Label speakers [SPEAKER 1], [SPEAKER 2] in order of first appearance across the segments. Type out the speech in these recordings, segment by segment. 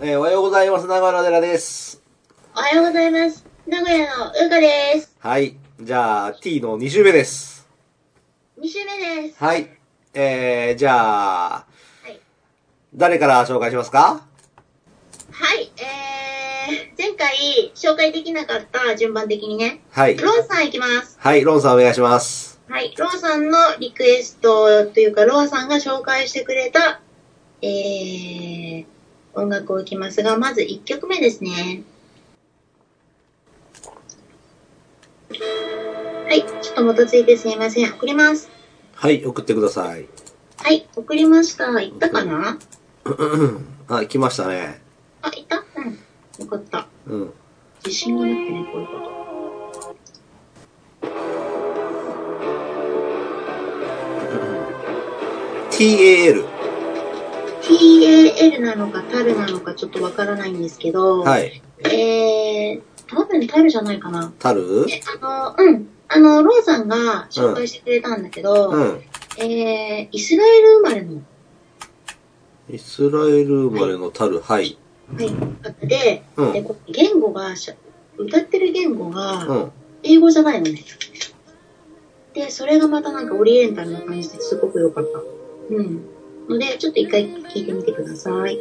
[SPEAKER 1] えーおはようございます。長野寺です。
[SPEAKER 2] おはようございます。名古屋のうかです。
[SPEAKER 1] はい。じゃあ、T の2週目です。
[SPEAKER 2] 2週目です。
[SPEAKER 1] はい。えー、じゃあ、
[SPEAKER 2] はい。
[SPEAKER 1] 誰から紹介しますか
[SPEAKER 2] はい、えー、前回紹介できなかった順番的にね。
[SPEAKER 1] はい。
[SPEAKER 2] ロンさんいきます。
[SPEAKER 1] はい、ロンさんお願いします。
[SPEAKER 2] はい、ロンさんのリクエストというか、ロンさんが紹介してくれた、えー、音楽をいきますが、まず1曲目ですね。はい、ちょっともたついてすいません。送ります。
[SPEAKER 1] はい、送ってくださ い。
[SPEAKER 2] はい、送りました。行ったかな、
[SPEAKER 1] あ、来ましたね。
[SPEAKER 2] あ、いたうん。よかった。
[SPEAKER 1] うん。
[SPEAKER 2] 自信がなくてね、こういうこと。
[SPEAKER 1] TAL。
[SPEAKER 2] TAL なのか、タルなのか、ちょっとわからないんですけど、
[SPEAKER 1] はい。
[SPEAKER 2] えー、多分タルじゃないかな。
[SPEAKER 1] タル
[SPEAKER 2] で、あの、うん。あの、ローさんが紹介してくれたんだけど、
[SPEAKER 1] うん。
[SPEAKER 2] えー、イスラエル生まれの、
[SPEAKER 1] イスラエル生まれのタル。はい。
[SPEAKER 2] はい、方で、
[SPEAKER 1] う
[SPEAKER 2] で
[SPEAKER 1] ん。
[SPEAKER 2] こう言語がしゃ、歌ってる言語
[SPEAKER 1] う
[SPEAKER 2] が、
[SPEAKER 1] ん。
[SPEAKER 2] 英語じゃないのね。で、それがまたなんかオリエンタルな感じですごく良かった。うん。ので、ちょっと一回聞いてみてください。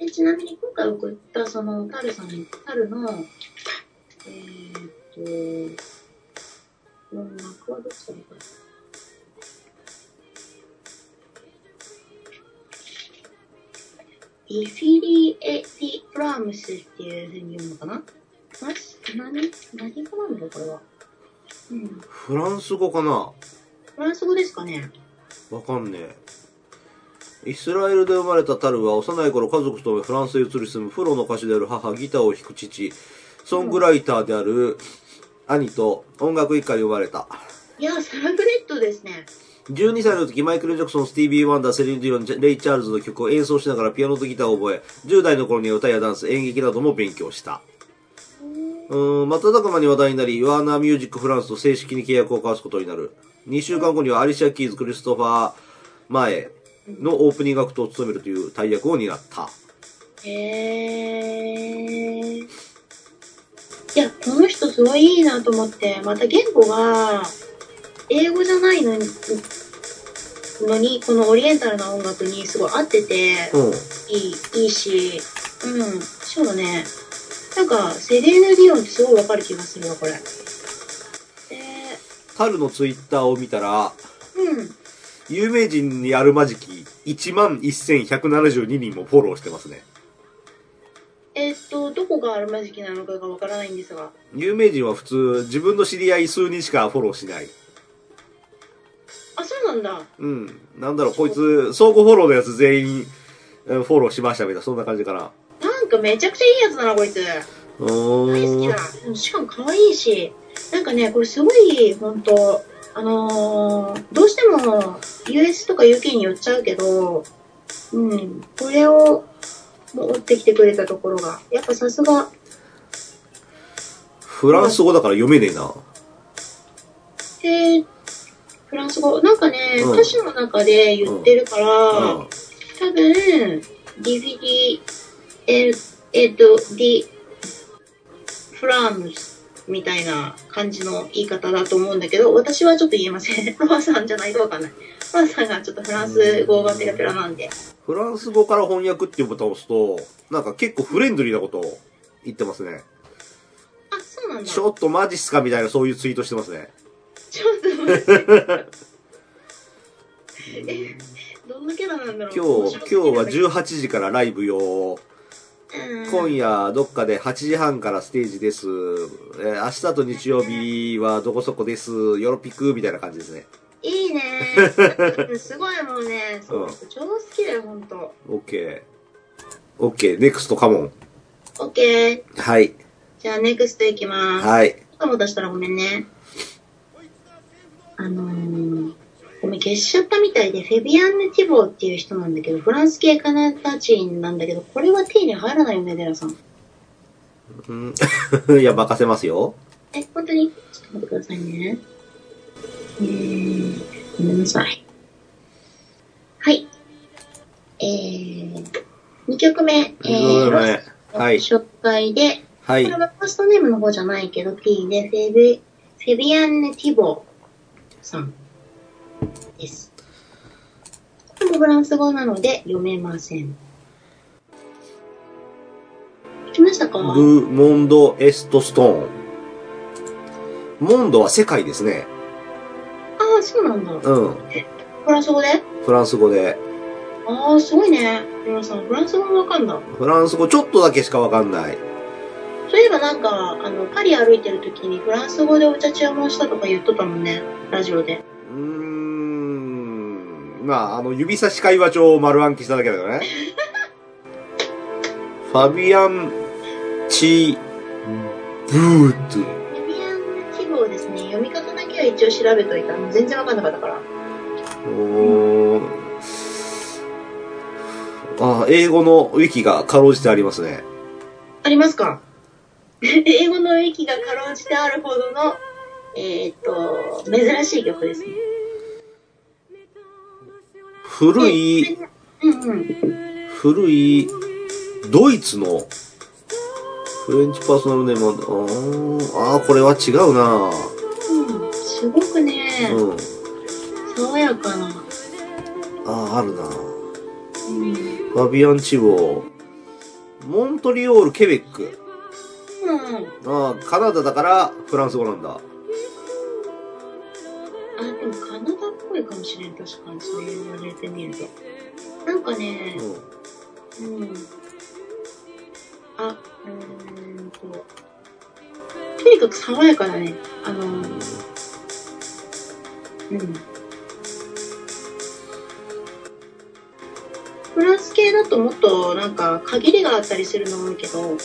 [SPEAKER 2] でちなみに今回送ったその、タルさんの、タルの、えーっと、音楽はどっちだろうディフィリエティ・プラムスっていうふうに読むのかななし何何語なんだろうこれは。うん。フ
[SPEAKER 1] フランス語かな
[SPEAKER 2] ランス語ですかね
[SPEAKER 1] わかんねえ。イスラエルで生まれたタルは幼い頃家族とフランスへ移り住むプロの歌手である母、ギターを弾く父、ソングライターである兄と音楽一家に生まれた。
[SPEAKER 2] いや、サラブレッドですね。
[SPEAKER 1] 12歳の時、マイケル・ジャクソン、スティービー・ワンダー、セリン・ディロン、ジェレイ・チャールズの曲を演奏しながらピアノとギターを覚え、10代の頃には歌やダンス、演劇なども勉強した。うーん、瞬く間に話題になり、ワーナーミュージックフランスと正式に契約を交わすことになる。2週間後にはアリシア・キーズ、クリストファー・マエのオープニングアクトを務めるという大役を担った。
[SPEAKER 2] へー。いや、この人すごいいいなと思って、また言語が、英語じゃないのに、のに、このオリエンタルな音楽にすごい合ってて、
[SPEAKER 1] うん。
[SPEAKER 2] いい、いいし、うん、そうだね。なんか、セレーヌ・ディオンってすごいわかる気がするわ、これ。で、
[SPEAKER 1] タルのツイッターを見たら、
[SPEAKER 2] うん。
[SPEAKER 1] 有名人にあるまじき11,172人もフォローしてますね。
[SPEAKER 2] えーっと、どこがあるまじきなのかがわからないんですが。
[SPEAKER 1] 有名人は普通、自分の知り合い数人しかフォローしない。
[SPEAKER 2] あ、そうなんだ。
[SPEAKER 1] うん。なんだろう、こいつ、相互フォローのやつ全員、うんフォローしましたみたいな、そんな感じかな。
[SPEAKER 2] なんかめちゃくちゃいいやつだな、こいつ。
[SPEAKER 1] う
[SPEAKER 2] 大好き
[SPEAKER 1] ーん
[SPEAKER 2] だ。。うんしかも可愛いし、なんかね、これすごい、ほんと、あのー、どうしても US とか UK に寄っちゃうけど、うん、これを持ってきてくれたところが、やっぱさすが、
[SPEAKER 1] フランス語だから読めねえな。
[SPEAKER 2] えー、フランス語、なんかね、
[SPEAKER 1] うん
[SPEAKER 2] 歌詞の中で言ってるから、
[SPEAKER 1] うん。
[SPEAKER 2] 多分、DVD、えっ、えっと、D、フラムスみたいな感じの言い方だと思うんだけど、私はちょっと言えません。ロアさんじゃないとわかんない。ロアさんがちょっとフランス語がペラペラなんで。
[SPEAKER 1] フランス語から翻訳っていうボタンを押すと、なんか結構フレンドリーなことを言ってますね。
[SPEAKER 2] あ、そうなんだ。
[SPEAKER 1] ちょっとマジっすかみたいなそういうツイートしてますね。
[SPEAKER 2] ちょっと待って。え、どんなキャラなんだろ
[SPEAKER 1] 今
[SPEAKER 2] う
[SPEAKER 1] 日、今日は
[SPEAKER 2] 十
[SPEAKER 1] 18時からライブよ。今夜どっかで8時半からステージです。えー明日と日曜日はどこそこです。よろぴくみたいな感じですね。
[SPEAKER 2] いいねすごいもうね、そう超好きだよ、ほんと。
[SPEAKER 1] OK。OK。NEXT カモン。
[SPEAKER 2] オッケー。
[SPEAKER 1] はい。
[SPEAKER 2] じゃあ、ネクストいきます。
[SPEAKER 1] はい。
[SPEAKER 2] もたもたしたらごめんね。あのー、ごめん、消しちゃったみたいで、フェビアンヌ・ティボーっていう人なんだけど、フランス系カナダ人なんだけど、これは手に入らないよね、デラさん。
[SPEAKER 1] うん いや、任せますよ。
[SPEAKER 2] え、本当にちょっと待ってくださいね。えー、ごめんなさい。はい。えー、曲目、え
[SPEAKER 1] 水の
[SPEAKER 2] ー、
[SPEAKER 1] 上の
[SPEAKER 2] ロ
[SPEAKER 1] ね
[SPEAKER 2] ス
[SPEAKER 1] はい。
[SPEAKER 2] 紹介で、
[SPEAKER 1] はい
[SPEAKER 2] これ。はファーストネームの方じゃないけど、T で、フェビ、フェビアンネ・ティボさんです。でもフランス語なので読めません。来ましたか
[SPEAKER 1] ル・モンド・エスト・ストーン。モンドは世界ですね。
[SPEAKER 2] ああ、そうなんだ。
[SPEAKER 1] うん。
[SPEAKER 2] フランス語で
[SPEAKER 1] フランス語で。
[SPEAKER 2] ああ、すごいね。皆さん、フランス語もわかんだ。
[SPEAKER 1] フランス語ちょっとだけしかわかんない。
[SPEAKER 2] そういえばなんか、あの、パリ歩いてる時にフランス語でお茶注文したとか言っとったもんね。ラジオで。
[SPEAKER 1] うーん。まあ、あの、指差し会話帳を丸暗記しただけだからね。ファビアン・チ・ブート。
[SPEAKER 2] フェビアンネ・ティボですね。読み方だけは一応調べといた。もう全然わかんなかったから。
[SPEAKER 1] おーあ、英語のウィキがかろうじてありますね。
[SPEAKER 2] ありますか 英語の域がかろうじてあるほどの、えーっと、珍しい曲ですね。
[SPEAKER 1] 古い、
[SPEAKER 2] うんうん。
[SPEAKER 1] 古い、ドイツの、フレンチパーソナルネームは、あーあー、これは違うな
[SPEAKER 2] うん、すごくね、
[SPEAKER 1] うん。
[SPEAKER 2] 爽やかな。
[SPEAKER 1] ああ、あるなフ
[SPEAKER 2] うん。
[SPEAKER 1] ァビアン・チボー。モントリオール、ケベック。
[SPEAKER 2] うん、
[SPEAKER 1] ああ、カナダだから、フランス語なんだ。
[SPEAKER 2] あ、でもカナダっぽいかもしれん。確かに、そう言われてみると。なんかね、
[SPEAKER 1] う
[SPEAKER 2] うん。あ、うーんと。とにかく爽やかだね。あの、うん。フランス系だともっとなんか限りがあったりするの多いけど、こ
[SPEAKER 1] ん。
[SPEAKER 2] の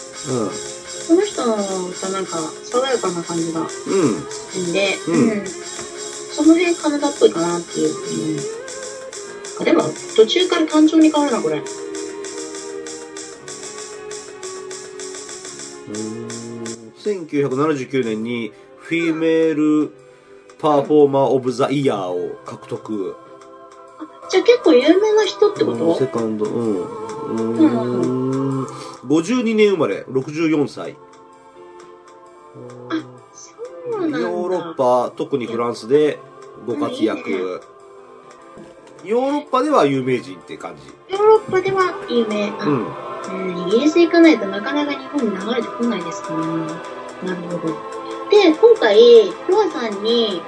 [SPEAKER 2] 人の歌なんか爽やかな感じがす
[SPEAKER 1] うん。うん。
[SPEAKER 2] るんで、
[SPEAKER 1] うん
[SPEAKER 2] その辺カナダっぽいかなっていうふうに。あ、でも途中から単調に変わるな、これ。
[SPEAKER 1] うーん1979年にフィメールパフォーマー・オブ・ザ・イヤーを獲得。
[SPEAKER 2] じゃあ結構有名な人ってこ
[SPEAKER 1] うんセ
[SPEAKER 2] と
[SPEAKER 1] カンド、うん。うーん52年生まれ、64歳。
[SPEAKER 2] そう
[SPEAKER 1] ヨ
[SPEAKER 2] なんだ。
[SPEAKER 1] ーロッパ、特にフランスでご活躍。
[SPEAKER 2] うんいいね
[SPEAKER 1] ヨーロッパでは有名人って感じ。
[SPEAKER 2] ヨーロッパでは有名。あ
[SPEAKER 1] うん。
[SPEAKER 2] うん、イギリス行かないとなかなか日本に流れてこないですからね。なるほど。で、今回、ロアさんに、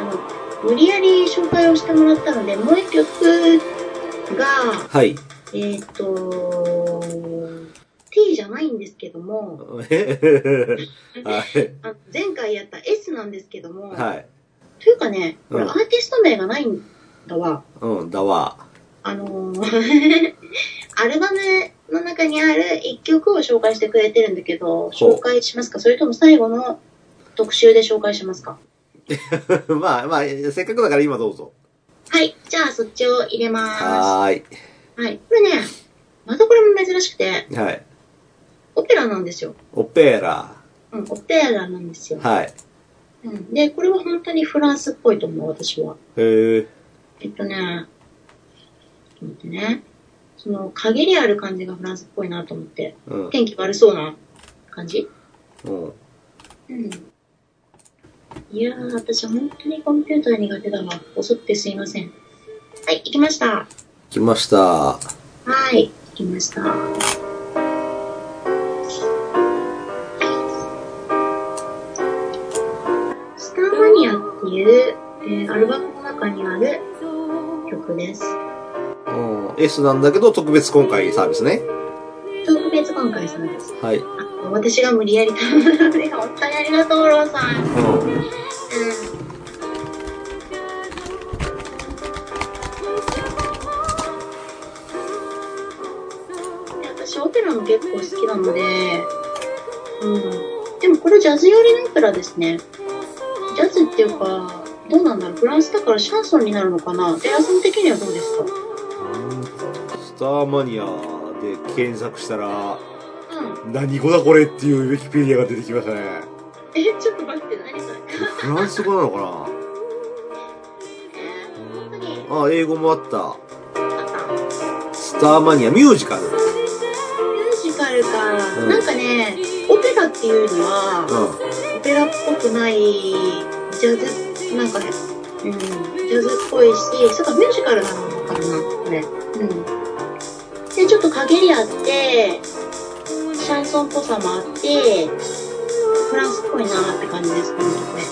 [SPEAKER 2] あの、無理やり紹介をしてもらったので、もう一曲が、
[SPEAKER 1] はい。
[SPEAKER 2] えっ、と、T じゃないんですけども、
[SPEAKER 1] はい。
[SPEAKER 2] あの前回やった S なんですけども、
[SPEAKER 1] はい。
[SPEAKER 2] というかね、これ
[SPEAKER 1] う
[SPEAKER 2] ア
[SPEAKER 1] ん
[SPEAKER 2] ーティスト名がないんだわ。
[SPEAKER 1] うん、だわ。
[SPEAKER 2] あのー アルバムの中にある一曲を紹介してくれてるんだけ
[SPEAKER 1] ほう
[SPEAKER 2] ど、紹介しますかそれとも最後の特集で紹介しますか
[SPEAKER 1] まあまあ、せっかくだから今どうぞ。
[SPEAKER 2] はい。じゃあ、そっちを入れま
[SPEAKER 1] はーい。
[SPEAKER 2] す。はい。これね、またこれも珍しくて、
[SPEAKER 1] はい。
[SPEAKER 2] オペラなんですよ。
[SPEAKER 1] オペラ。
[SPEAKER 2] うん、オペラなんですよ。
[SPEAKER 1] はい。
[SPEAKER 2] うん。で、これは本当にフランスっぽいと思う、私は。
[SPEAKER 1] へえ。
[SPEAKER 2] えっとね、ちょっと待ってね。その、限りある感じがフランスっぽいなと思って、
[SPEAKER 1] うん。
[SPEAKER 2] 天気悪そうな感じ
[SPEAKER 1] うん。
[SPEAKER 2] うんいやー、私本当にコンピューター苦手だわ。遅くてすいません。はい、行きました。は
[SPEAKER 1] 来ました。
[SPEAKER 2] ーい、行きました。スターマニアっていう、えーアルバムの中にある曲です。
[SPEAKER 1] うん。S なんだけど、特別今回サービスね。
[SPEAKER 2] 特別今回さんです。
[SPEAKER 1] はい。
[SPEAKER 2] あ私が無理やり頼むので、本当にありがとう、ローさん。
[SPEAKER 1] うん。
[SPEAKER 2] うん私オペラも結構好きなので、うん、でもこれジャズ寄りのオペラですねジャズっていうかどうなんだろうフランスだからシャンソンになるのかなレアさん的にはどうですか
[SPEAKER 1] スターマニアで検索したら、
[SPEAKER 2] うん
[SPEAKER 1] 何語だこれっていうウィキペディアが出てきましたね。
[SPEAKER 2] えちょっと待って何それ
[SPEAKER 1] フランス語なのか
[SPEAKER 2] えー本当に
[SPEAKER 1] なあ、英語もあった。
[SPEAKER 2] あった
[SPEAKER 1] スターマニアミュージカル。
[SPEAKER 2] あるか、
[SPEAKER 1] うん
[SPEAKER 2] なんかねオペラっていうには、
[SPEAKER 1] う
[SPEAKER 2] オペラっぽくないジャズなんかね、うん、ジャズっぽいしちょっとミュージカルなのかなこれうんでちょっと陰りあってシャンソンっぽさもあってフランスっぽいなって感じですこの曲ね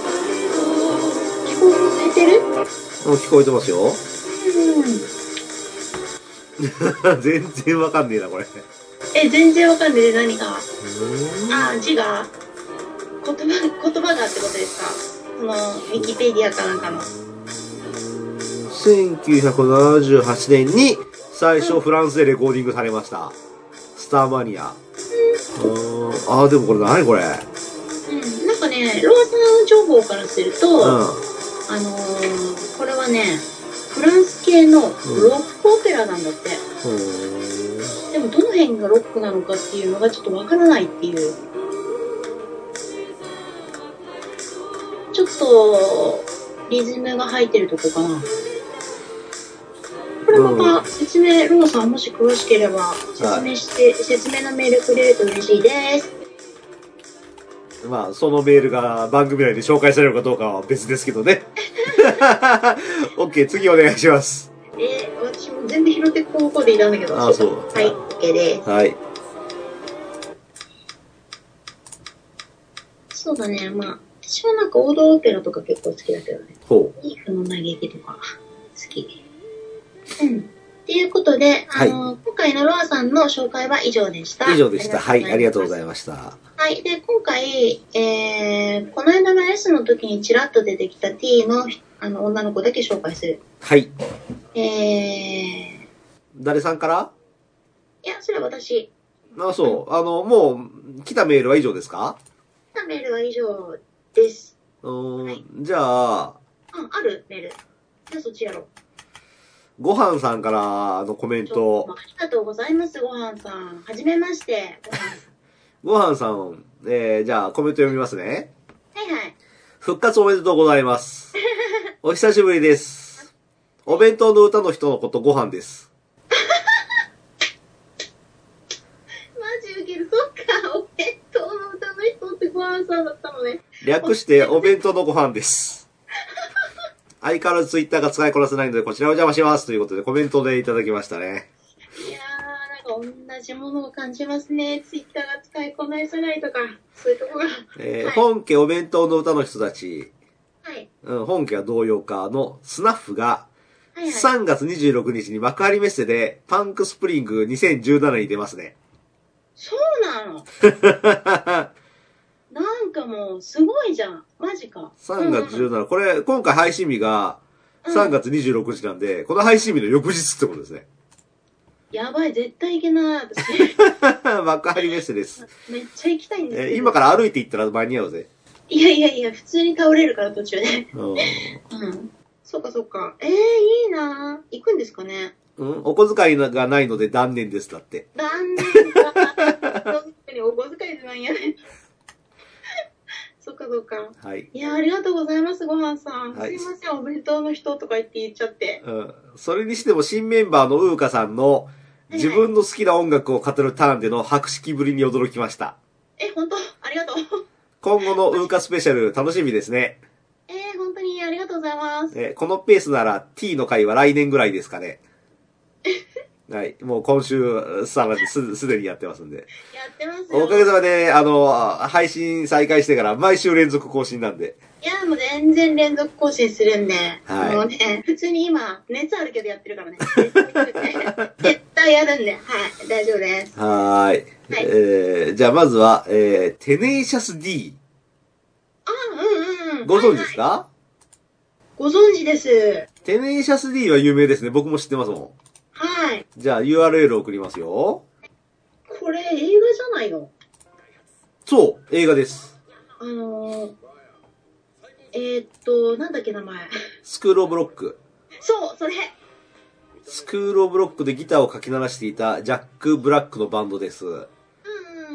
[SPEAKER 2] うん聞こえてる
[SPEAKER 1] ん。うん、聞こえてますよ。
[SPEAKER 2] うん
[SPEAKER 1] 全然わかんねえな、これ。
[SPEAKER 2] え全然わかんない何が
[SPEAKER 1] う
[SPEAKER 2] ああ字が言葉言葉がってことですかそのウィキペディアかなんかの
[SPEAKER 1] ん。1978年に最初フランスでレコーディングされました。スターマニア。うんあー、でもこれ何これ。
[SPEAKER 2] うんなんかねローさん情報からすると、あ
[SPEAKER 1] う
[SPEAKER 2] のーこれはねフランス系のロックオペラなんだって、
[SPEAKER 1] ん。うん
[SPEAKER 2] でもどの辺がロックなのかっていうのがちょっとわからないっていうちょっとリズムが入ってるとこかなこれまた説明、ローさんもし詳しければ説明して、説明のメールくれると嬉しいです
[SPEAKER 1] まあ、そのメールが番組内で紹介されるかどうかは別ですけど ね。OK、次お願いします。
[SPEAKER 2] えー、私も全然拾ってここでいらんだけど
[SPEAKER 1] あーそう
[SPEAKER 2] はい OK で
[SPEAKER 1] はい。
[SPEAKER 2] すそうだねまあ私はなんか王道オペラとか結構好きだけどね
[SPEAKER 1] ほ
[SPEAKER 2] リーフの嘆きとか好き。うん。ということで、あの、今回のロアさんの紹介は以上でした。
[SPEAKER 1] う。以上でした。はい、ありがとうござ
[SPEAKER 2] い
[SPEAKER 1] いました。
[SPEAKER 2] ます。はい。で、今回、えー、この間の S の時にちらっと出てきた T のあの女の子だけ紹介する。
[SPEAKER 1] はい。
[SPEAKER 2] えー、い
[SPEAKER 1] 誰さんから
[SPEAKER 2] や、それは私。
[SPEAKER 1] あ、そう。あの、もう、来たメールは以上ですか
[SPEAKER 2] 来たメールは以上です。
[SPEAKER 1] うーん、
[SPEAKER 2] はい
[SPEAKER 1] じゃあ、
[SPEAKER 2] うん、あるメール。じゃあそっちやろう。
[SPEAKER 1] ごはんさんからのコメン
[SPEAKER 2] ちょっ
[SPEAKER 1] ト
[SPEAKER 2] と。ありがとうございます、ごはんさん。はじめまして。ごはんさ
[SPEAKER 1] ごはんさん、えー、じゃあコメント読みますね。
[SPEAKER 2] ん。はいはい。
[SPEAKER 1] 復活おめでとうござい ます。お久しぶりです。お弁当の歌の人のことご飯です。
[SPEAKER 2] マジウケる。そっか、お弁当の歌の人ってご飯さんだったのね。
[SPEAKER 1] 略してお弁当のご飯です。相変わらずツイッターが使いこなせないので、こちらお邪魔します。ということで、コメントでいただきましたね。
[SPEAKER 2] いやー、なんか同じものを感じますね。ツイッターが使いこなせないとか、そういうとこが。
[SPEAKER 1] えー
[SPEAKER 2] はい
[SPEAKER 1] 本家お弁当の歌の人たち、
[SPEAKER 2] はい。
[SPEAKER 1] うん、本家は同様かのスナッフが、
[SPEAKER 2] はいはい。
[SPEAKER 1] 3月26日に幕張メッセでパンクスプリング2017に出ますね。
[SPEAKER 2] そうな の。なんかもう、すごいじゃん。マジか。
[SPEAKER 1] 3月
[SPEAKER 2] うん
[SPEAKER 1] 17、これ、今回配信日が
[SPEAKER 2] うん
[SPEAKER 1] 3月26日なんで、この配信日の翌日ってことですね。
[SPEAKER 2] やばい、絶対行けない。私、
[SPEAKER 1] 幕張メッセです。
[SPEAKER 2] めっちゃ行きたいんですけど。
[SPEAKER 1] え今から歩いて行ったら間に合うぜ。
[SPEAKER 2] いやいやいや、普通に倒れるから途中で。
[SPEAKER 1] うん
[SPEAKER 2] うん。そっかそっか。えー、いいなー。行くんですかね。
[SPEAKER 1] うん、お小遣いがないので断念ですだって。
[SPEAKER 2] 残念だ。本当にお小遣い自慢やね。 そっかそっか。
[SPEAKER 1] はい。
[SPEAKER 2] いや、ありがとうございます、ごはんさん。
[SPEAKER 1] はい
[SPEAKER 2] すいません、お弁当の人とか言って言っちゃって。
[SPEAKER 1] うん、それにしても新メンバーのウーカさんの
[SPEAKER 2] いはい
[SPEAKER 1] 自分の好きな音楽を語るターンでの白色ぶりに驚きました。
[SPEAKER 2] え、本当ありがとう。
[SPEAKER 1] 今後のウーカスペシャル楽しみですね。
[SPEAKER 2] えー、本当にありがとうございます。
[SPEAKER 1] えーこのペースなら T の回は来年ぐらいですかね。 はい。もう今週、さらにす、すでにやってますんで。
[SPEAKER 2] やってますよ。
[SPEAKER 1] おかげさまで、あの、配信再開してから毎週連続更新なんで。
[SPEAKER 2] いや、もう全然連続更新するんで。
[SPEAKER 1] はい
[SPEAKER 2] もうね、普通に今、熱あるけどやってるからね。 絶対やるんで。はい、大丈夫です。
[SPEAKER 1] はーい。
[SPEAKER 2] はい
[SPEAKER 1] えー、じゃあまずは、えー、テネイシャス D。
[SPEAKER 2] あ、うんうんうん。
[SPEAKER 1] ご存知ですか、
[SPEAKER 2] はいはいご存知です。
[SPEAKER 1] テネイシャス D は有名ですね。僕も知ってますも
[SPEAKER 2] はい。
[SPEAKER 1] ん。じゃあ URL 送りますよ。
[SPEAKER 2] これ映画じゃないの
[SPEAKER 1] そう、映画です。
[SPEAKER 2] あのー、えー、っと、なんだっけ名前。
[SPEAKER 1] スクールオブロック。
[SPEAKER 2] そう、それ。
[SPEAKER 1] スクールオブロックでギターをかき鳴らしていたジャック・ブラックのバンドです。
[SPEAKER 2] うんうん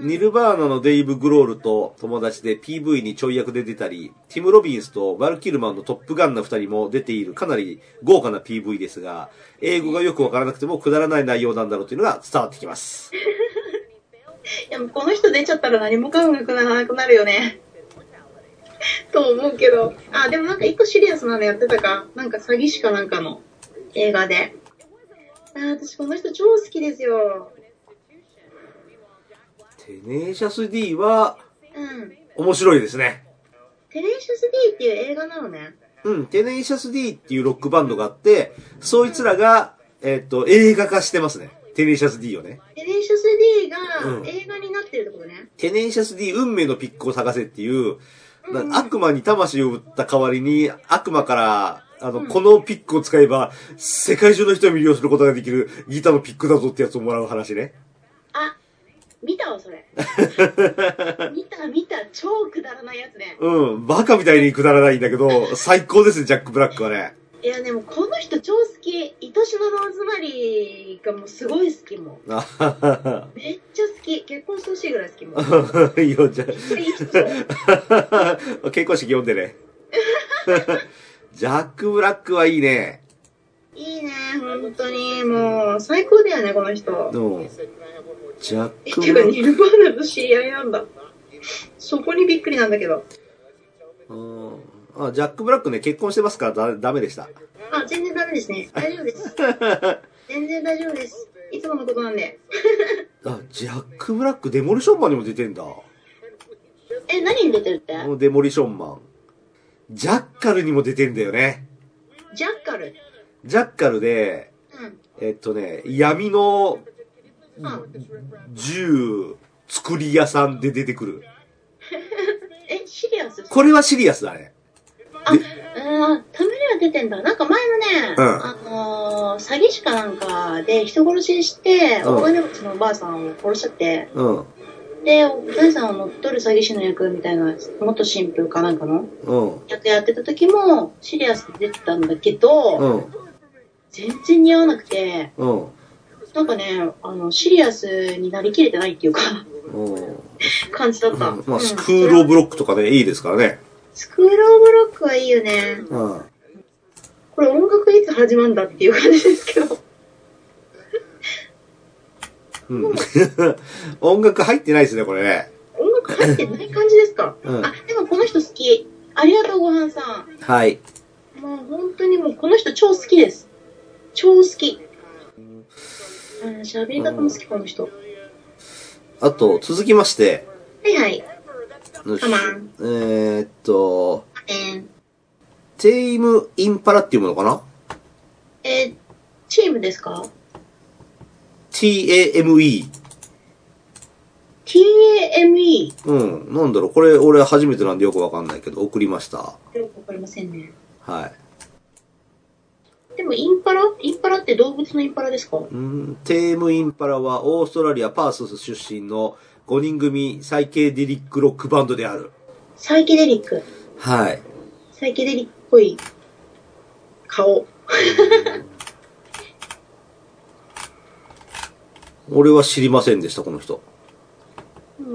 [SPEAKER 2] うん。
[SPEAKER 1] ニルバーナのデイブ・グロールと友達で PV にちょい役で出たり、ティム・ロビンスとバル・キルマンのトップガンな二人も出ているかなり豪華な PV ですが、英語がよくわからなくてもくだらない内容なんだろうというのが伝わってきます。
[SPEAKER 2] いや、もうこの人出ちゃったら何もかもなくなくなるよね。 と思うけど。あ、でもなんか一個シリアスなのやってたか。なんか詐欺師かなんかの映画で。あー、私この人超好きですよ。
[SPEAKER 1] テネーシャス D は
[SPEAKER 2] うん。
[SPEAKER 1] 面白いですね。
[SPEAKER 2] テレンシャス・ディっていう映画なのね。
[SPEAKER 1] うん、テネーシャス D っていうロックバンドがあって、そいつらが、えっ、と、映画化してますね。テネーシャス D をね。
[SPEAKER 2] テレンシャス・ディが
[SPEAKER 1] うん
[SPEAKER 2] 映画になってるってことね。
[SPEAKER 1] テネーシャス D 運命のピックを探せっていう、な
[SPEAKER 2] うん
[SPEAKER 1] 悪魔に魂を売った代わりに、悪魔から、あの、
[SPEAKER 2] うん
[SPEAKER 1] このピックを使えば、世界中の人を魅了することができるギターのピックだぞってやつをもらう話ね。
[SPEAKER 2] あ、見たわ、そ れ。見た、見た。超くだらないやつね。
[SPEAKER 1] うん、バカみたいにくだらないんだけど、最高ですね、ジャック・ブラックはね。
[SPEAKER 2] いや、でもこの人超好き。愛しのローズマリーがもうすごい好きもん。
[SPEAKER 1] あはは
[SPEAKER 2] めっちゃ好き。結婚してほしいぐらい好きもん。めっ
[SPEAKER 1] は。 いいよ、じゃあ
[SPEAKER 2] ちゃいい人そう。
[SPEAKER 1] 結婚式読んでね。ジャック・ブラックはいいね。
[SPEAKER 2] いいね、本当に。もう、最高だよね、この人。
[SPEAKER 1] でも、ジャ
[SPEAKER 2] え
[SPEAKER 1] ック・
[SPEAKER 2] て
[SPEAKER 1] ブラ
[SPEAKER 2] か、
[SPEAKER 1] ッ
[SPEAKER 2] ニルバーナと知り合いなんだ。そこにびっくりなんだけど。
[SPEAKER 1] ク。うんあジャック・ブラックね、結婚してますからだダメでした。
[SPEAKER 2] あ、全然ダメですね。大丈 夫です。全然大丈夫です。いつものことなんで。
[SPEAKER 1] あ、ジャック・ブラック、デモリションマンにも出てんだ。
[SPEAKER 2] え、何に出てるって
[SPEAKER 1] このデモリションマン。ジャッカルにも出てんだよね。
[SPEAKER 2] ジャッカル。
[SPEAKER 1] ジャッカルで、
[SPEAKER 2] うん。
[SPEAKER 1] えっとね、闇の
[SPEAKER 2] うん。
[SPEAKER 1] 銃作り屋さんで出てくる。
[SPEAKER 2] え、シリアス
[SPEAKER 1] これはシリアスだね。
[SPEAKER 2] あ、うん、ためには出てんだ。なんか前のね、
[SPEAKER 1] うん
[SPEAKER 2] あのー詐欺師かなんかで人殺しして、
[SPEAKER 1] うん
[SPEAKER 2] お金持ちのおばあさんを殺しちゃって、
[SPEAKER 1] うん。
[SPEAKER 2] で、お財産を乗っ取る詐欺師の役みたいな、元神父かなんかの
[SPEAKER 1] うん。
[SPEAKER 2] 役やってた時も、シリアスで出てたんだけど、
[SPEAKER 1] うん。
[SPEAKER 2] 全然似合わなくて、
[SPEAKER 1] うん。
[SPEAKER 2] なんかね、あの、シリアスになりきれてないっていうか、
[SPEAKER 1] うん。
[SPEAKER 2] 感じだっ
[SPEAKER 1] ま
[SPEAKER 2] た。う
[SPEAKER 1] あ、
[SPEAKER 2] ん
[SPEAKER 1] スクール・オブ・ロックとかね、いいですからね。
[SPEAKER 2] スクールオブロックはいいよね。
[SPEAKER 1] うん。
[SPEAKER 2] これ音楽いつ始まるんだっていう感じですけど。
[SPEAKER 1] うん。 音楽入ってないですね、これね。
[SPEAKER 2] 音楽入ってない感じですか、
[SPEAKER 1] うん
[SPEAKER 2] あ、でもこの人好き。ありがとうごはんさ
[SPEAKER 1] はい。
[SPEAKER 2] ん。もう本当にもうこの人超好きです。超好き。うん、喋り方も好き、この人。は
[SPEAKER 1] あと、続きまして、
[SPEAKER 2] いはい。
[SPEAKER 1] よし
[SPEAKER 2] カモン
[SPEAKER 1] えーっと、
[SPEAKER 2] えー、
[SPEAKER 1] テイム・インパラっていうものかな
[SPEAKER 2] えーチームですか
[SPEAKER 1] ?T-A-M-E。
[SPEAKER 2] ?TAME。
[SPEAKER 1] うん。なんだろう、これ、俺初めてなんでよくわかんないけど、送りました。
[SPEAKER 2] よくわかりませんね。
[SPEAKER 1] はい。
[SPEAKER 2] でもインパラインパラって動物のインパラですか
[SPEAKER 1] うんテームインパラはオーストラリアパース出身の5人組サイケデリックロックバンドである。
[SPEAKER 2] サイケデリック。
[SPEAKER 1] はい。
[SPEAKER 2] サイケデリックっぽい顔。
[SPEAKER 1] 俺は知りませんでした、この人。
[SPEAKER 2] うん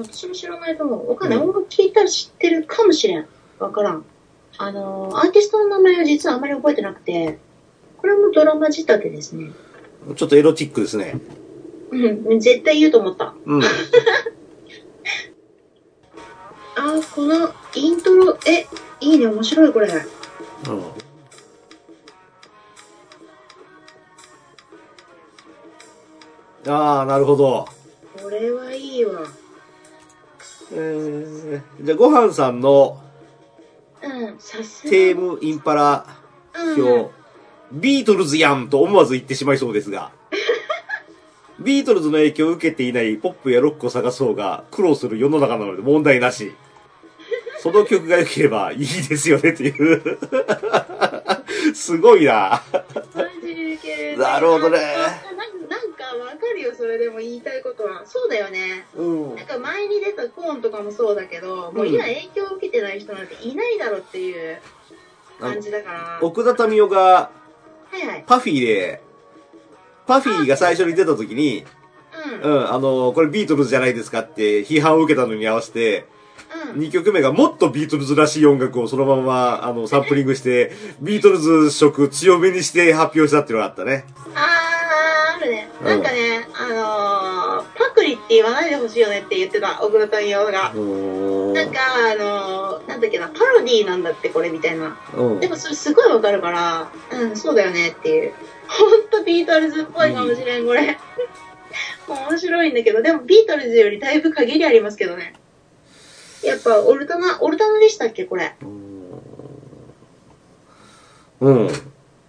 [SPEAKER 2] 私も知らないと思う。わかんない。
[SPEAKER 1] うん
[SPEAKER 2] 音楽聴いたら知ってるかもしれん。わからん。あのー、アーティストの名前は実はあまり覚えてなくて、これもドラマ仕立てですね。
[SPEAKER 1] ちょっとエロチックですね。
[SPEAKER 2] うん、絶対言うと思った。
[SPEAKER 1] うん。
[SPEAKER 2] あー、このイントロ、え、いいね、面白いこれ。
[SPEAKER 1] うんああ、なるほど。
[SPEAKER 2] これはいいわ。
[SPEAKER 1] えー、じゃあ、ごはんさんの
[SPEAKER 2] うん、さすが。
[SPEAKER 1] テームインパラ
[SPEAKER 2] うん
[SPEAKER 1] 表、ビートルズやんと思わず言ってしまいそうですが、ビートルズの影響を受けていないポップやロックを探そうが苦労する世の中なので問題なし。その曲が良ければいいですよねっていう。 すごいな。
[SPEAKER 2] マジでいける
[SPEAKER 1] なるほどね
[SPEAKER 2] あなんかなんかわかるよ、それでも言いたいことは。そうだよね。
[SPEAKER 1] うん
[SPEAKER 2] なんか前に出たコーンとかもそうだけど、もう今影響を受けてない人なんていないだろうっていう感じだから。
[SPEAKER 1] 奥田民生が
[SPEAKER 2] はいはい。
[SPEAKER 1] パフィーで、パフィーが最初に出た時に、
[SPEAKER 2] ううん。うん。
[SPEAKER 1] うん、あの、これビートルズじゃないですかって批判を受けたのに合わせて、2曲目がもっとビートルズらしい音楽をそのまま、あの、サンプリングして、ビートルズ色強めにして発表したっていうのがあったね。
[SPEAKER 2] あー、あるね。
[SPEAKER 1] うん
[SPEAKER 2] なんかね、あのー、パクリって言わないでほしいよねって言ってた、小倉さん用が
[SPEAKER 1] う。ーん
[SPEAKER 2] なんか、あのー、なんだっけな、パロディーなんだって、これみたいな。
[SPEAKER 1] うん
[SPEAKER 2] で。もそれすごいわかるから、うん、そうだよねっていう。ほんとビートルズっぽいかもしれん、これ。面白いんだけど、でもビートルズよりだいぶ限りありますけどね。やっぱ、オルタナ、オルタナでしたっけ、これ。
[SPEAKER 1] うん。なる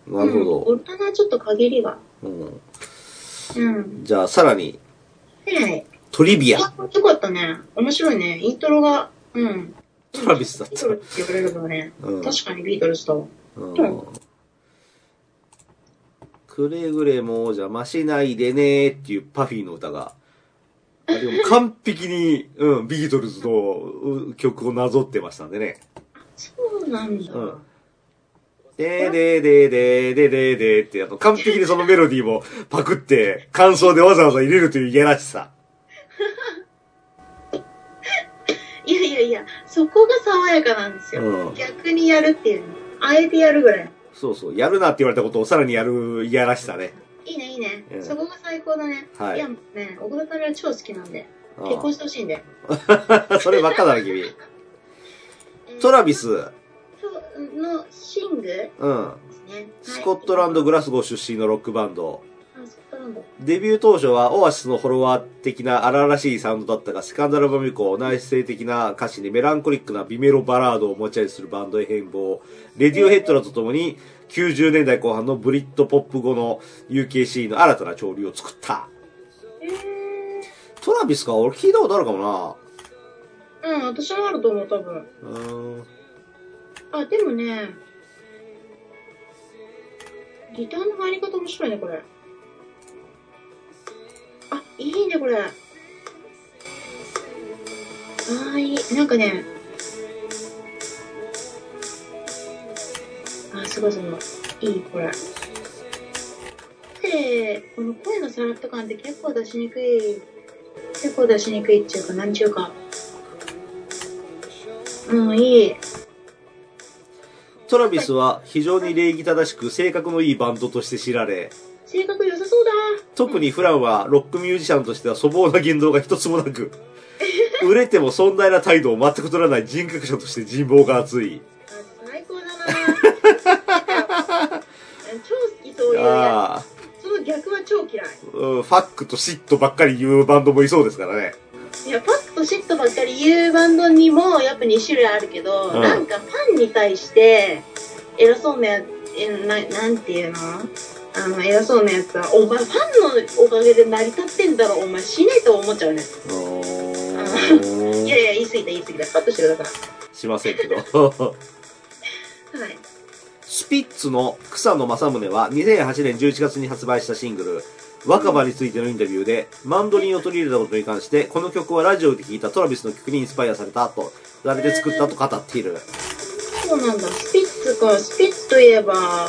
[SPEAKER 1] ほ
[SPEAKER 2] うんオ
[SPEAKER 1] ど。
[SPEAKER 2] ルタナはちょっと限りが。
[SPEAKER 1] うん、
[SPEAKER 2] うん。
[SPEAKER 1] じゃあ、さらに、
[SPEAKER 2] はい。
[SPEAKER 1] トリビア。
[SPEAKER 2] あ、よかったね。面白いね。イントロが、うん。
[SPEAKER 1] トラビスだっ
[SPEAKER 2] ビー
[SPEAKER 1] た
[SPEAKER 2] ト。ルズって呼ばれるのね。
[SPEAKER 1] うん
[SPEAKER 2] 確かにビートルズと。
[SPEAKER 1] うんくれぐれもお邪魔しないでねーっていうパフィーの歌が、あれも完璧に、うん、ビートルズのう曲をなぞってましたんでね。
[SPEAKER 2] そうなんだ。
[SPEAKER 1] うんでーでーでーでーでーでーでーって、あの、完璧にそのメロディーもパクって、感想でわざわざ入れるといういやらしさ。
[SPEAKER 2] いやいやいや、そこが爽やかなんですよ。
[SPEAKER 1] うん。
[SPEAKER 2] 逆にやるっていうね。あえてやるぐらい。
[SPEAKER 1] そうそう、やるなって言われたことをさらにやるいやらしさね。
[SPEAKER 2] いいね、いいね。
[SPEAKER 1] うん
[SPEAKER 2] そこが最高だね。
[SPEAKER 1] はい
[SPEAKER 2] や、もうね、小倉さんが超好きなんで、
[SPEAKER 1] あ
[SPEAKER 2] 結婚してほしいんで。
[SPEAKER 1] あそればっかだな、君。トラビス、
[SPEAKER 2] スのシングで
[SPEAKER 1] うん。
[SPEAKER 2] すね。
[SPEAKER 1] スコットランド・グラスゴー出身のロックバンド。
[SPEAKER 2] はい、あスコットランド。
[SPEAKER 1] デビュー当初はオアシスのフォロワー的な荒々しいサウンドだったが、セカンドアルバム以降、内省的な歌詞にメランコリックなビメロバラードを持ち味するバンドへ変貌。レディオヘッドらとともに、90年代後半のブリッドポップ後の UKC の新たな潮流を作った。
[SPEAKER 2] えー、
[SPEAKER 1] トラビスか、俺聞いたことあるかも
[SPEAKER 2] うん、私もあると思う、多分。
[SPEAKER 1] な。うーん。
[SPEAKER 2] あ、でもね、ギターの入り方面白いね、これ。あ、いいね、これ。あーいい。なんかね、あー、すごいすごい。いい、これ。で、この声のさらっと感って結構出しにくい。結構出しにくいっていうか、なんちゅうか。うん、いい。
[SPEAKER 1] トラビスは非常に礼儀正しく性格のいいバンドとして知られ、
[SPEAKER 2] 性格良さそうだ。
[SPEAKER 1] 特にフランはロックミュージシャンとしては粗暴な言動が一つもなく、売れても尊大な態度を全く取らない人格者として人望が厚い。
[SPEAKER 2] あ最高だな超好きそういうや
[SPEAKER 1] ああ、
[SPEAKER 2] つその逆は超嫌い
[SPEAKER 1] うんファックとシットばっかり言うバンドもいそうですからね。
[SPEAKER 2] いやパッとシットばっかり言うバンドにもやっぱ2種類あるけど、
[SPEAKER 1] うん
[SPEAKER 2] なんかファンに対して偉そうなやえななんていうのあの偉そうなやつはお前ファンのおかげで成り立ってんだろお前死ねと思っちゃうねいやいや言い過ぎた言い過ぎたカットしてくださ
[SPEAKER 1] しませんけど。
[SPEAKER 2] いはい
[SPEAKER 1] スピッツの草野正宗は2008年11月に発売したシングル、若葉についてのインタビューで、マンドリンを取り入れたことに関して、この曲はラジオで聴いたトラビスの曲にインスパイアされたと、誰で作ったと語っている。
[SPEAKER 2] そうなんだスピッツかスピッツといえば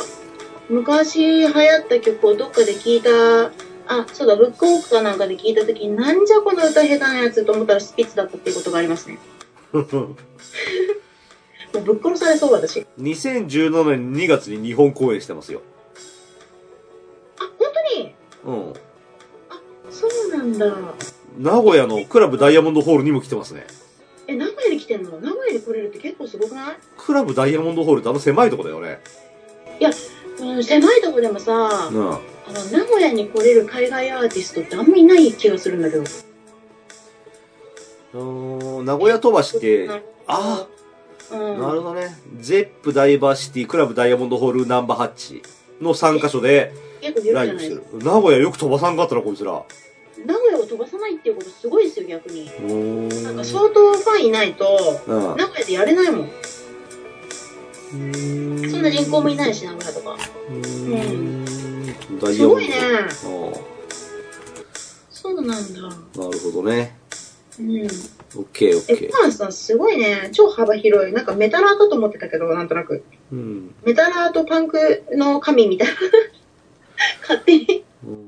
[SPEAKER 2] 昔流行った曲をどっかで聞いたあそうだブックオークかなんかで聞いた時になんじゃこの歌下手なやつと思ったらスピッツだったっていうことがありますねもうぶっ殺されそう私
[SPEAKER 1] 2017年2月に日本公演してますよ。
[SPEAKER 2] あ本当
[SPEAKER 1] う
[SPEAKER 2] に
[SPEAKER 1] ん。
[SPEAKER 2] そうなんだ
[SPEAKER 1] 名古屋のクラブダイヤモンドホールにも来てますね。
[SPEAKER 2] え名古屋に来てんの名古屋に来れるって結構すごくない
[SPEAKER 1] クラブダイヤモンドホールってあの狭いとこだよね。
[SPEAKER 2] うん狭いとこでもさ、あの
[SPEAKER 1] うん。
[SPEAKER 2] 名古屋に来れる海外アーティストってあんまいない気がするんだけど
[SPEAKER 1] 名古屋飛ばしって、あ
[SPEAKER 2] う
[SPEAKER 1] あ、
[SPEAKER 2] ん
[SPEAKER 1] なるほどね。ゼップダイバーシティクラブダイヤモンドホールナンバー8の3カ所で
[SPEAKER 2] 結構出るじ
[SPEAKER 1] ライ
[SPEAKER 2] ゃ
[SPEAKER 1] ブ
[SPEAKER 2] な
[SPEAKER 1] し
[SPEAKER 2] い
[SPEAKER 1] て
[SPEAKER 2] です
[SPEAKER 1] る
[SPEAKER 2] か。
[SPEAKER 1] 名古屋よく飛ばさんかったな、こいつら。う
[SPEAKER 2] 名古屋を飛ばさないっていうことすごいですよ逆に
[SPEAKER 1] ー
[SPEAKER 2] なん
[SPEAKER 1] ん
[SPEAKER 2] か相当ファンいないと、
[SPEAKER 1] うん
[SPEAKER 2] 名古屋でやれないもん。
[SPEAKER 1] う
[SPEAKER 2] そんな人口もい
[SPEAKER 1] い。
[SPEAKER 2] ないし、名古屋とか。
[SPEAKER 1] うーんダイ
[SPEAKER 2] す
[SPEAKER 1] ヤモン
[SPEAKER 2] ご
[SPEAKER 1] ド
[SPEAKER 2] いね。
[SPEAKER 1] うん
[SPEAKER 2] そうなんだ。う
[SPEAKER 1] なるほどね。
[SPEAKER 2] ん。
[SPEAKER 1] オッケーオッ
[SPEAKER 2] え、
[SPEAKER 1] ケー
[SPEAKER 2] フ。ァンさんすごいね。超幅広い。なんかメタラーかと思ってたけど、なんとなく。
[SPEAKER 1] うん。
[SPEAKER 2] メタラーとパンクの神みたいな。勝手に
[SPEAKER 1] うん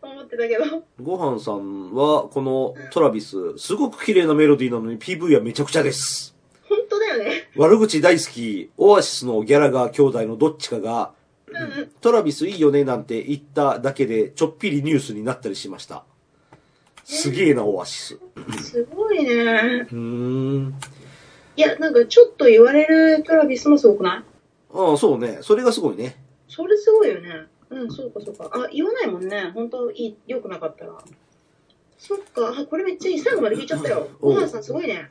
[SPEAKER 2] 思っってたけど。
[SPEAKER 1] ごはんさんは、このトラビス、すごく綺麗なメロディーなのに PV はめちゃくちゃです。
[SPEAKER 2] 本当だよね。
[SPEAKER 1] 悪口大好き、オアシスのギャラガー兄弟のどっちかが、
[SPEAKER 2] うん。
[SPEAKER 1] トラビスいいよねなんて言っただけで、ちょっぴりニュースになったりしました。すげえな、オアシス。う
[SPEAKER 2] すごいね。
[SPEAKER 1] ーん。
[SPEAKER 2] いや、なんかちょっと言われるトラビスもすごくない
[SPEAKER 1] ああ、そうね。それがすごいね。
[SPEAKER 2] それすごいよね。うん、そうかそうか。あ、言わないもんね。本当いい、良くなかったら。そっか、あ、これめっちゃいい。最後まで聞いちゃったよ。
[SPEAKER 1] おう
[SPEAKER 2] ごはんさんすごいね。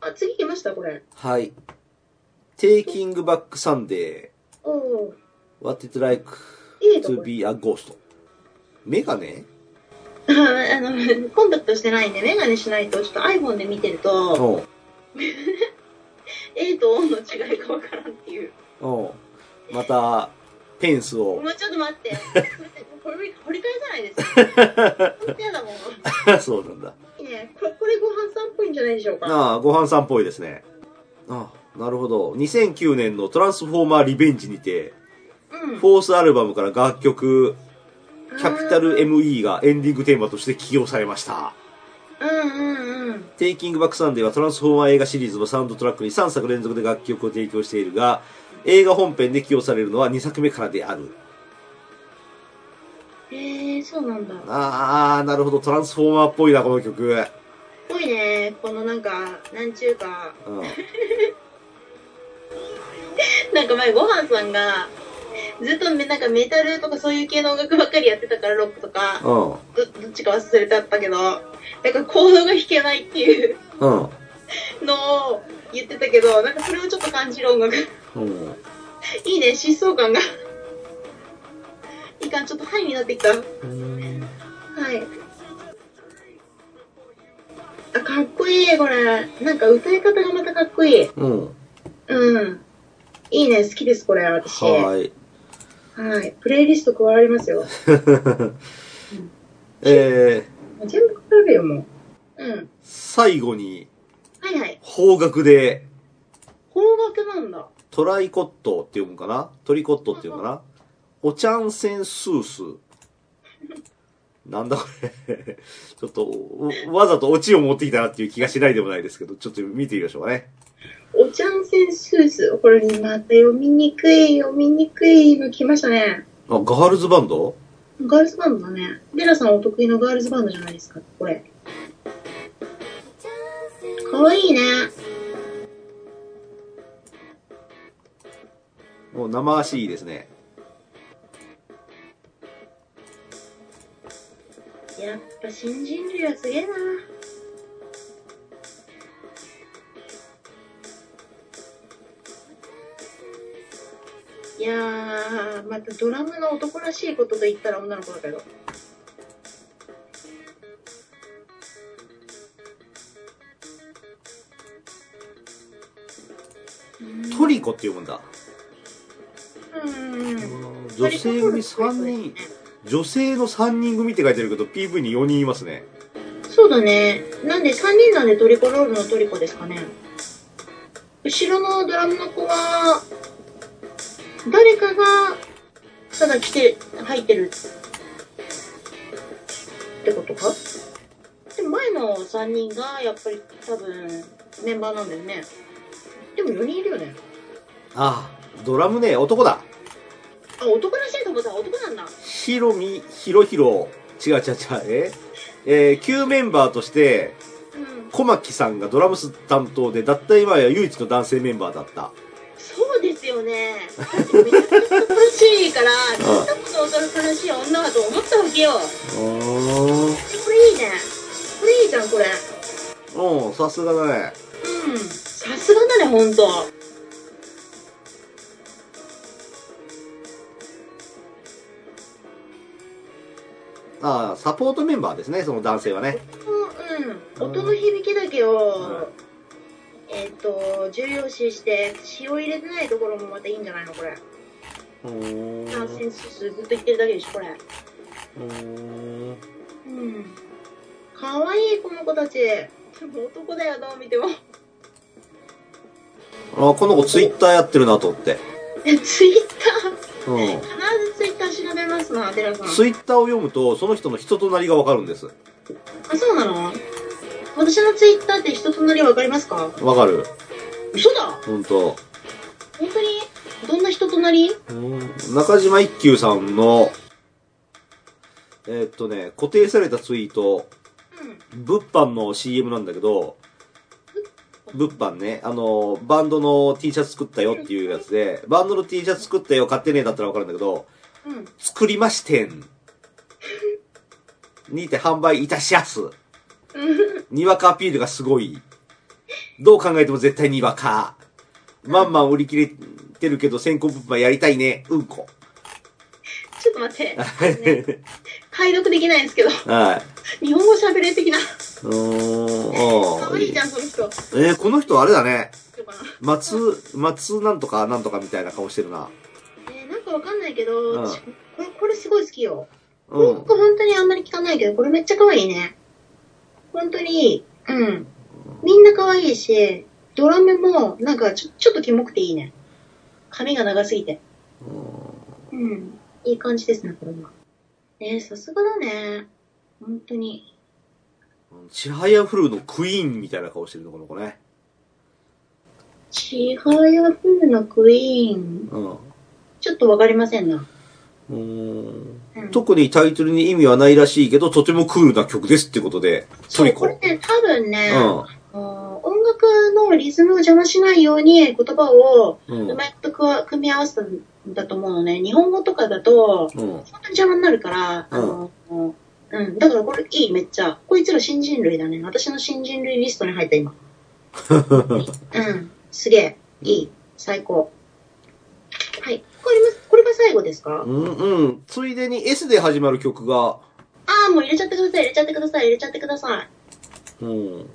[SPEAKER 2] あ、次来ました、これ。
[SPEAKER 1] はい。Taking Back Sunday,
[SPEAKER 2] おお
[SPEAKER 1] What It Like
[SPEAKER 2] いいと
[SPEAKER 1] to
[SPEAKER 2] こ。
[SPEAKER 1] Be a Ghost。メガネ
[SPEAKER 2] ああの、コンタクトしてないんで、メガネしないと、ちょっと iPhone で見てると、
[SPEAKER 1] うん。
[SPEAKER 2] A と O の違いがわからんっていう。
[SPEAKER 1] うん。また、ペンスを。
[SPEAKER 2] もうちょっと待って。それこれ、掘り返さないですよ。本当 やだもん。い
[SPEAKER 1] そうなんだ。
[SPEAKER 2] いね。これ、これご飯さんっぽいんじゃないでしょうか。
[SPEAKER 1] ああ、ご飯さんっぽいですね。ああ、なるほど。2009年のトランスフォーマーリベンジにて、
[SPEAKER 2] うん。
[SPEAKER 1] フォースアルバムから楽曲、キャピタル ME がエンディングテーマとして起用されました。
[SPEAKER 2] うんうんうん。
[SPEAKER 1] Taking Back Sunday はトランスフォーマー映画シリーズのサウンドトラックに3作連続で楽曲を提供しているが、映画本編で起用されるのは2作目からである。
[SPEAKER 2] へえー、そうなんだ。
[SPEAKER 1] ああ、なるほど。トランスフォーマーっぽいな、この曲。
[SPEAKER 2] すごいね。このなんか、なんちゅうか、
[SPEAKER 1] うん。
[SPEAKER 2] なんか前ごはんさんが、ずっとめなんかメタルとかそういう系の音楽ばっかりやってたから、ロックとか、
[SPEAKER 1] うん。
[SPEAKER 2] どどっちか忘れちゃったけど、なんかコードが弾けないっていう
[SPEAKER 1] うん。
[SPEAKER 2] のを言ってたけど、なんかそれをちょっと感じる音楽。
[SPEAKER 1] うん。
[SPEAKER 2] いいね、疾走感が。いい感じ、ちょっとハイになってきた。はい。あ、かっこいい、これ。なんか歌い方がまたかっこいい。
[SPEAKER 1] うん。
[SPEAKER 2] うん。いいね、好きです、これ、私。は
[SPEAKER 1] はい。
[SPEAKER 2] い。プレイリスト加わりますよ。
[SPEAKER 1] えー、
[SPEAKER 2] 全部加わるよ、もう。うん。
[SPEAKER 1] 最後に、
[SPEAKER 2] はいはい。
[SPEAKER 1] 方角で、
[SPEAKER 2] 邦楽なんだ。
[SPEAKER 1] トライコットって読むかなトリコットって読むかなおちゃんせんスース。なんだこれ。 ちょっと、おわざとオチを持ってきたなっていう気がしないでもないですけど、ちょっと見てみましょうかね。
[SPEAKER 2] おちゃんせんスース。これ、また読みにくい、読みにくいの来ましたね。
[SPEAKER 1] あ、ガールズバンド
[SPEAKER 2] ガールズバンドだね。ベラさんお得意のガールズバンドじゃないですか、これ。かわいいね。
[SPEAKER 1] もう生足いいですね。
[SPEAKER 2] やっぱ新人類はすげえな。いやー、またドラムが男らしいことと言ったら女の子だけど。
[SPEAKER 1] トリコって読むんだ。
[SPEAKER 2] うん。
[SPEAKER 1] 女性組3人、女性の3人組って書いてあるけど、PV に4人いますね。
[SPEAKER 2] そうだね。なんで3人なんでトリコロールのトリコですかね。後ろのドラムの子は、誰かが、ただ来て、入ってる。ってことかでも前の3人が、やっぱり多分、メンバーなんだよね。でも4人いるよね。
[SPEAKER 1] ああ、ドラムね、男だ。
[SPEAKER 2] あ、男らしいと思ったら男なんだ。
[SPEAKER 1] ひろみ、ひろひろ、違う違う違う、ええー、旧メンバーとして、
[SPEAKER 2] うん。
[SPEAKER 1] 小牧さんがドラムス担当で、脱退前は唯一の男性メンバーだった。
[SPEAKER 2] そうですよね。だってめちゃくちゃ男らしいから、どんなこと男らしい女はと思ったわけよ。これいいねこれいいじゃんこれう
[SPEAKER 1] うん、さすがだね。
[SPEAKER 2] んさすがだねほんと
[SPEAKER 1] ああ、サポートメンバーですね、その男性はね。
[SPEAKER 2] うん音の響きだけを、えっ、と重要視して塩入れてないところもまたいいんじゃないのこれ
[SPEAKER 1] うん
[SPEAKER 2] 感染数ずっと言ってるだけでしょこれうんかわいいこの子たちでも男だよどう見ても
[SPEAKER 1] あ、この子ツイッターやってるなと思って。
[SPEAKER 2] ツイッター
[SPEAKER 1] うん。
[SPEAKER 2] 必ずツイッター調べますすな、寺さん。
[SPEAKER 1] ツイッターを読むと、その人の人となりがわかるんです。
[SPEAKER 2] あ、そうなの私のツイッターって人となりわかりますか
[SPEAKER 1] わかる
[SPEAKER 2] 嘘だ
[SPEAKER 1] ほんと。
[SPEAKER 2] 本当にどんな人となり
[SPEAKER 1] うん中島一休さんの、えーっとね、固定されたツイート、
[SPEAKER 2] うん。
[SPEAKER 1] 物販の CM なんだけど、物販ね、あの、バンドの T シャツ作ったよっていうやつで、バンドの T シャツ作ったよ、買ってねえだったらわかるんだけど、
[SPEAKER 2] うん。
[SPEAKER 1] 作りましてん。にて販売いたしやす。にわかアピールがすごい。どう考えても絶対にわか。まんまん売り切れてるけど先行物販やりたいね。うんこ。
[SPEAKER 2] ちょっと 待って。ね解読できないんですけど、
[SPEAKER 1] はい。
[SPEAKER 2] 日本語喋れ的な。
[SPEAKER 1] うーん、
[SPEAKER 2] か
[SPEAKER 1] あ
[SPEAKER 2] わ
[SPEAKER 1] あ
[SPEAKER 2] いいじゃん、その人。ど
[SPEAKER 1] えーこの人あれだね。
[SPEAKER 2] うかな
[SPEAKER 1] 松、松なんとかなんとかみたいな顔してるな。
[SPEAKER 2] えーなんかわかんない
[SPEAKER 1] う
[SPEAKER 2] け
[SPEAKER 1] ん
[SPEAKER 2] ど、私これ、これすごい好きよ。
[SPEAKER 1] う
[SPEAKER 2] 僕
[SPEAKER 1] ん。
[SPEAKER 2] 本当にあんまり聞かないけど、これめっちゃ可愛いね。本当にいい。うん。みんな可愛いし、ドラムも、なんかちょ、ちょっとキモくていいね。髪が長すぎて。うん。いい感じですね、これは。ねえ、さすがだね。本当に。
[SPEAKER 1] ちはやふるのクイーンみたいな顔してるの、この子ね。
[SPEAKER 2] ちはやふるのクイーン。
[SPEAKER 1] うん。
[SPEAKER 2] ちょっとわかりませんな。
[SPEAKER 1] うーん
[SPEAKER 2] うん
[SPEAKER 1] 特にタイトルに意味はないらしいけど、とてもクールな曲ですってことで、ト
[SPEAKER 2] そう、
[SPEAKER 1] リ
[SPEAKER 2] こ
[SPEAKER 1] コ。
[SPEAKER 2] れね、多分ね、
[SPEAKER 1] う
[SPEAKER 2] あの音楽のリズムを邪魔しないように言葉を
[SPEAKER 1] ん。うん
[SPEAKER 2] うまいことくわ組み合わせたんだと思うのね。日本語とかだと、
[SPEAKER 1] うん。
[SPEAKER 2] 本当に邪魔になるから、あの、うん、だからこれいい、めっちゃ。こいつら新人類だね。私の新人類リストに入っ た、今。うん、すげえ、いい、最高。はい。これ、これが最後ですか
[SPEAKER 1] うん、うん。ついでに S で始まる曲が、
[SPEAKER 2] ああ、もう入れちゃってください、入れちゃってください、入れちゃってください。
[SPEAKER 1] うん。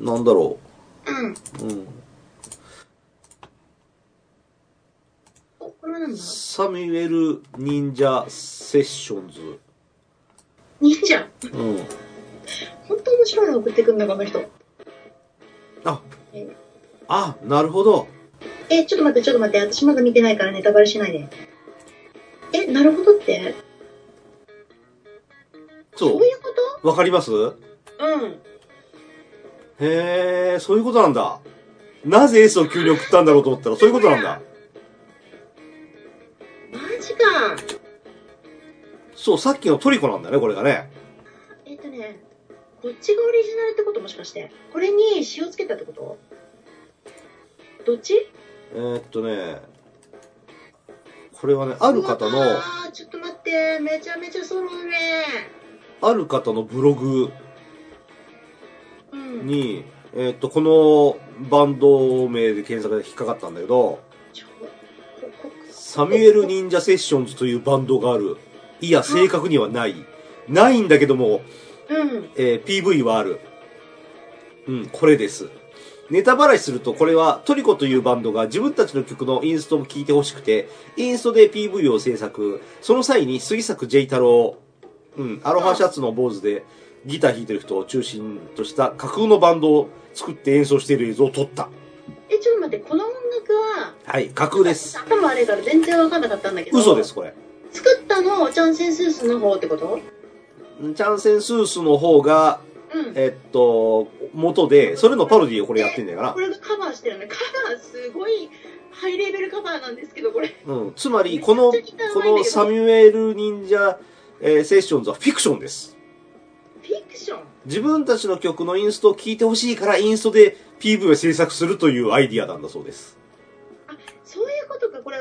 [SPEAKER 1] なんだろ
[SPEAKER 2] うん。
[SPEAKER 1] う。うん。
[SPEAKER 2] おこれはなんだ
[SPEAKER 1] サミュエル・忍者・セッションズ。
[SPEAKER 2] 忍者。
[SPEAKER 1] うん。
[SPEAKER 2] 本当面白いの送ってくんだ、この人。
[SPEAKER 1] あ、あ、なるほど。
[SPEAKER 2] え、ちょっと待って、ちょっと待って。私まだ見てないからネタバレしないで。え、なるほどって
[SPEAKER 1] そ
[SPEAKER 2] そうういうこ
[SPEAKER 1] わかります
[SPEAKER 2] とうん。
[SPEAKER 1] へえ、そういうことなんだ。なぜ S を急に送ったんだろうと思ったら、そういうことなんだ。
[SPEAKER 2] マジか。
[SPEAKER 1] そう、さっきのトリコなんだね、これがね。
[SPEAKER 2] えっとね、こっちがオリジナルってこともしかして。これに塩つけたってことどっち
[SPEAKER 1] えー、っとね、これはね、ある方の、
[SPEAKER 2] あちょっと待って。めちゃめちゃそのね。
[SPEAKER 1] ある方のブログ
[SPEAKER 2] うん。
[SPEAKER 1] に、えーっと、このバンド名で検索で引っかかったんだけど、
[SPEAKER 2] ちょここ
[SPEAKER 1] サミュエル・忍者・セッションズというバンドがある。いや、正確にはない。ないんだけども、
[SPEAKER 2] うん。
[SPEAKER 1] えー PV はある。うん、これです。ネタバラシすると、これはトリコというバンドが自分たちの曲のインストも聴いてほしくて、インストで PV を制作。その際に杉作 J 太郎、うん、アロハシャツの坊主でギター弾いてる人を中心とした架空のバンドを作って演奏している映像を撮った。
[SPEAKER 2] え、ちょっと待って。この音楽は、
[SPEAKER 1] はい、架空です。
[SPEAKER 2] 頭あれから全然わかんなかったんだけど。
[SPEAKER 1] 嘘です、。これ。
[SPEAKER 2] 作ったのはチャンセンスースの方ってこと
[SPEAKER 1] チャンセンスースの方が、
[SPEAKER 2] うん。
[SPEAKER 1] えっと、元で、それのパロディをこれやってんだよな
[SPEAKER 2] こ。れがカバーしてるね。カバーすごいハイレベルカバーなんですけど、これ。
[SPEAKER 1] うん、つまり、この、こ
[SPEAKER 2] めっちゃ汚いんだけど
[SPEAKER 1] のサミュエル・忍者、えーセッションズはフィクションです。
[SPEAKER 2] フィクション
[SPEAKER 1] 自分たちの曲のインストを聴いてほしいから、インストで PV を制作するというアイディアなんだそうです。
[SPEAKER 2] そういうことか、これ。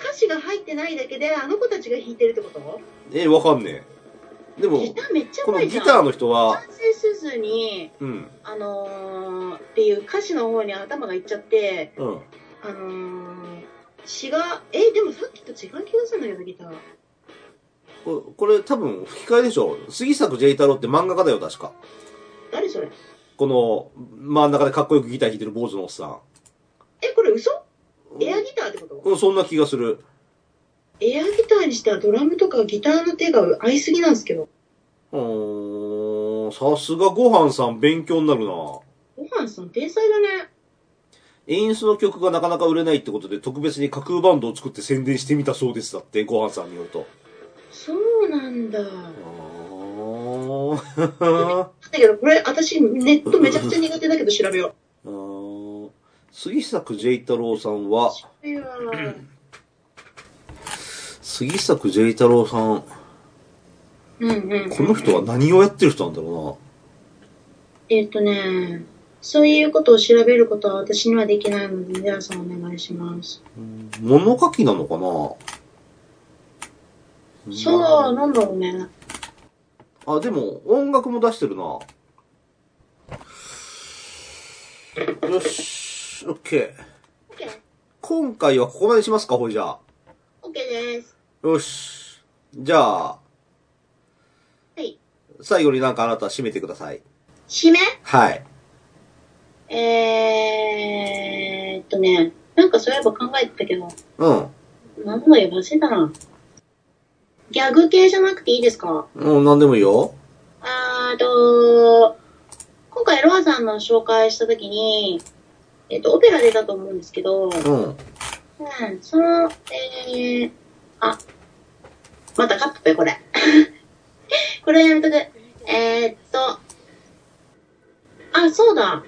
[SPEAKER 2] 歌詞が入ってないだけで、あの子たちが弾いてるってこと
[SPEAKER 1] えーわかんねえ。で
[SPEAKER 2] ギ
[SPEAKER 1] も、
[SPEAKER 2] ターめっちゃう
[SPEAKER 1] こ
[SPEAKER 2] ま
[SPEAKER 1] の
[SPEAKER 2] いじ
[SPEAKER 1] ギ
[SPEAKER 2] ゃん。
[SPEAKER 1] ターの人は、
[SPEAKER 2] 男性すずに、
[SPEAKER 1] うん、
[SPEAKER 2] あのー、っていう歌詞の方に頭がいっちゃって、
[SPEAKER 1] うん。
[SPEAKER 2] あのー、詞が、え、でもさっきと違う気がするんだけど、ギター。
[SPEAKER 1] ここれ多分吹き替えでしょ杉作 J 太郎って漫画家だよ、確か。
[SPEAKER 2] 誰それ
[SPEAKER 1] この、真ん中でかっこよくギター弾いてる坊主のおっさん。
[SPEAKER 2] え、これ嘘エアギターってこと
[SPEAKER 1] うん、そんな気がする。
[SPEAKER 2] エアギターにしてはドラムとかギターの手が合いすぎなんですけど。
[SPEAKER 1] うーん、さすがごはんさん勉強になるな
[SPEAKER 2] ごはんさん天才だね。
[SPEAKER 1] エインスの曲がなかなか売れないってことで特別に架空バンドを作って宣伝してみたそうですだって、ご飯さんによると。
[SPEAKER 2] そうなんだ。
[SPEAKER 1] おー
[SPEAKER 2] だけど、これ、私、ネットめちゃくちゃ苦手だけど調べよう。
[SPEAKER 1] あー 杉作 J 太郎さんは、
[SPEAKER 2] 調べよう。
[SPEAKER 1] 杉作 J 太郎さん、
[SPEAKER 2] うんうん。
[SPEAKER 1] この人は何をやってる人なんだろ
[SPEAKER 2] えっとね、そういうことを調べることは私にはできないので、皆さんお願いします。
[SPEAKER 1] うな。物書きなのかな
[SPEAKER 2] そう、なんだろうね。
[SPEAKER 1] あ、でも、音楽も出してるな。よし、オッケー。
[SPEAKER 2] OK。
[SPEAKER 1] 今回はここまでしますか、ほいじゃあ。
[SPEAKER 2] OK です。
[SPEAKER 1] よし。じゃあ、
[SPEAKER 2] はい。
[SPEAKER 1] 最後になんかあなた締めてください。
[SPEAKER 2] 締め
[SPEAKER 1] はい。
[SPEAKER 2] えーっとね、なんかそういえば考えてたけど、
[SPEAKER 1] うん。
[SPEAKER 2] 何も言えば忘れたな。ギャグ系じゃなくていいですか
[SPEAKER 1] うん、なんでもいいよ。
[SPEAKER 2] あーと、今回ロアさんの紹介したときに、えっと、オペラ出たと思うんですけど、
[SPEAKER 1] うん。
[SPEAKER 2] うん、その、えー、あ、またカットだよ、これ。 これやめとく。えー、っと、あ、そうだ。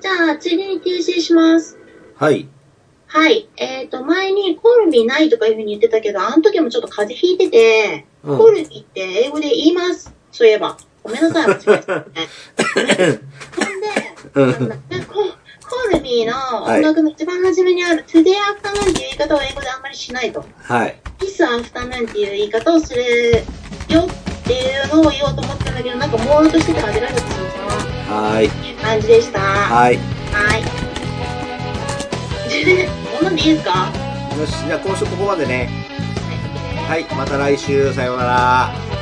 [SPEAKER 2] じゃあ、ついでに訂正します。
[SPEAKER 1] はい。
[SPEAKER 2] はい。えー、っと、前にコルビないとかいうふうに言ってたけど、あの時もちょっと風邪ひいてて、
[SPEAKER 1] うん
[SPEAKER 2] コルビって英語で言います。そういえば。ごめんなさい、間違えてたね。
[SPEAKER 1] う
[SPEAKER 2] ほん
[SPEAKER 1] ん
[SPEAKER 2] で、あのココルビの音楽の一番初めにある、トゥデイアフタヌーンっていう言い方を英語であんまりしないと。
[SPEAKER 1] はい。
[SPEAKER 2] キスアフタヌーンっていう言い方をするよっていうのを言おうと思ったんだけど、なんか朦朧としてて恥ずかしかったしな
[SPEAKER 1] はーい。
[SPEAKER 2] っていう感じでした。は
[SPEAKER 1] はい。
[SPEAKER 2] い。こんなんでいいですかは
[SPEAKER 1] よし、じゃあ今週ここまでね。はい、また来週、さようなら。
[SPEAKER 2] い